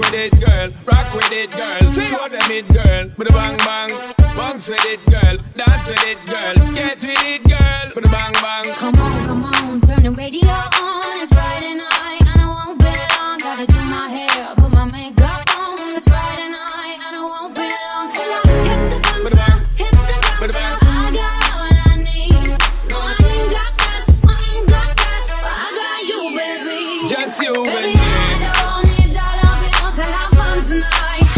girl. Rock with it, girl. Show them it, girl. With a bang bang. Bounce with it, girl. Dance with it, girl. Get with it, girl. With a bang bang. Come on, come on, turn the radio on. It's Friday night, and I won't be long. Gotta do my hair, put my makeup on. It's Friday night, and I won't be long. Till I hit the guns now, hit the guns now. I got all I need. No, I ain't got cash, I ain't got cash, but I got you, baby. Just you and baby, me. I don't need dollar bills to have fun tonight.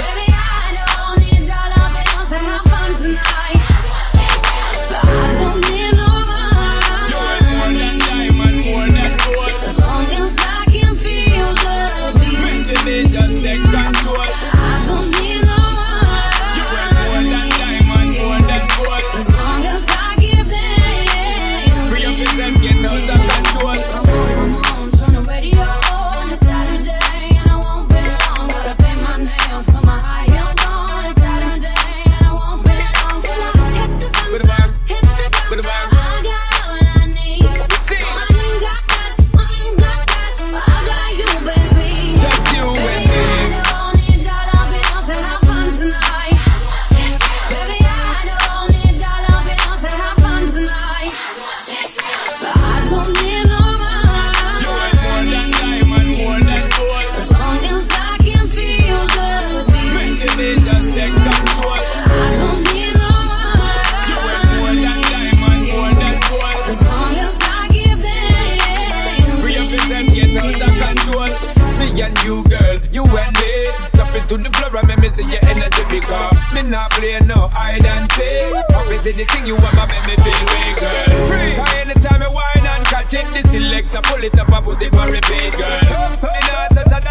Baby, I don't need dollar bills to have fun tonight. But I don't need no You want more than money. diamond, more than gold. As long as I can feel the beat, Mentally, just take control. I don't need no You want more than diamond, more than gold. As long as I give Free up dancing. yourself, get out of control. Come on, turn the radio on. It's Saturday and I won't be long. Gotta paint my nails, put my high heels on. It's Saturday and I won't be long till I hit the guns now, hit the guns now. I got all I need. I ain't got cash, I ain't got cash, but I got you, baby. Just you and me. You want more than diamond, more than gold. Mentally, just take control. You want more than diamond, more than gold. Free up yourself, get out of control. Me and you, girl, you and me. Drop it to the floor and make me see your energy because me not play no hide and seek. Always anything you want, but make me feel way, girl. Free. Cause anytime I whine and catch it, the selector pull it up and put it on repeat, girl. Me not touch a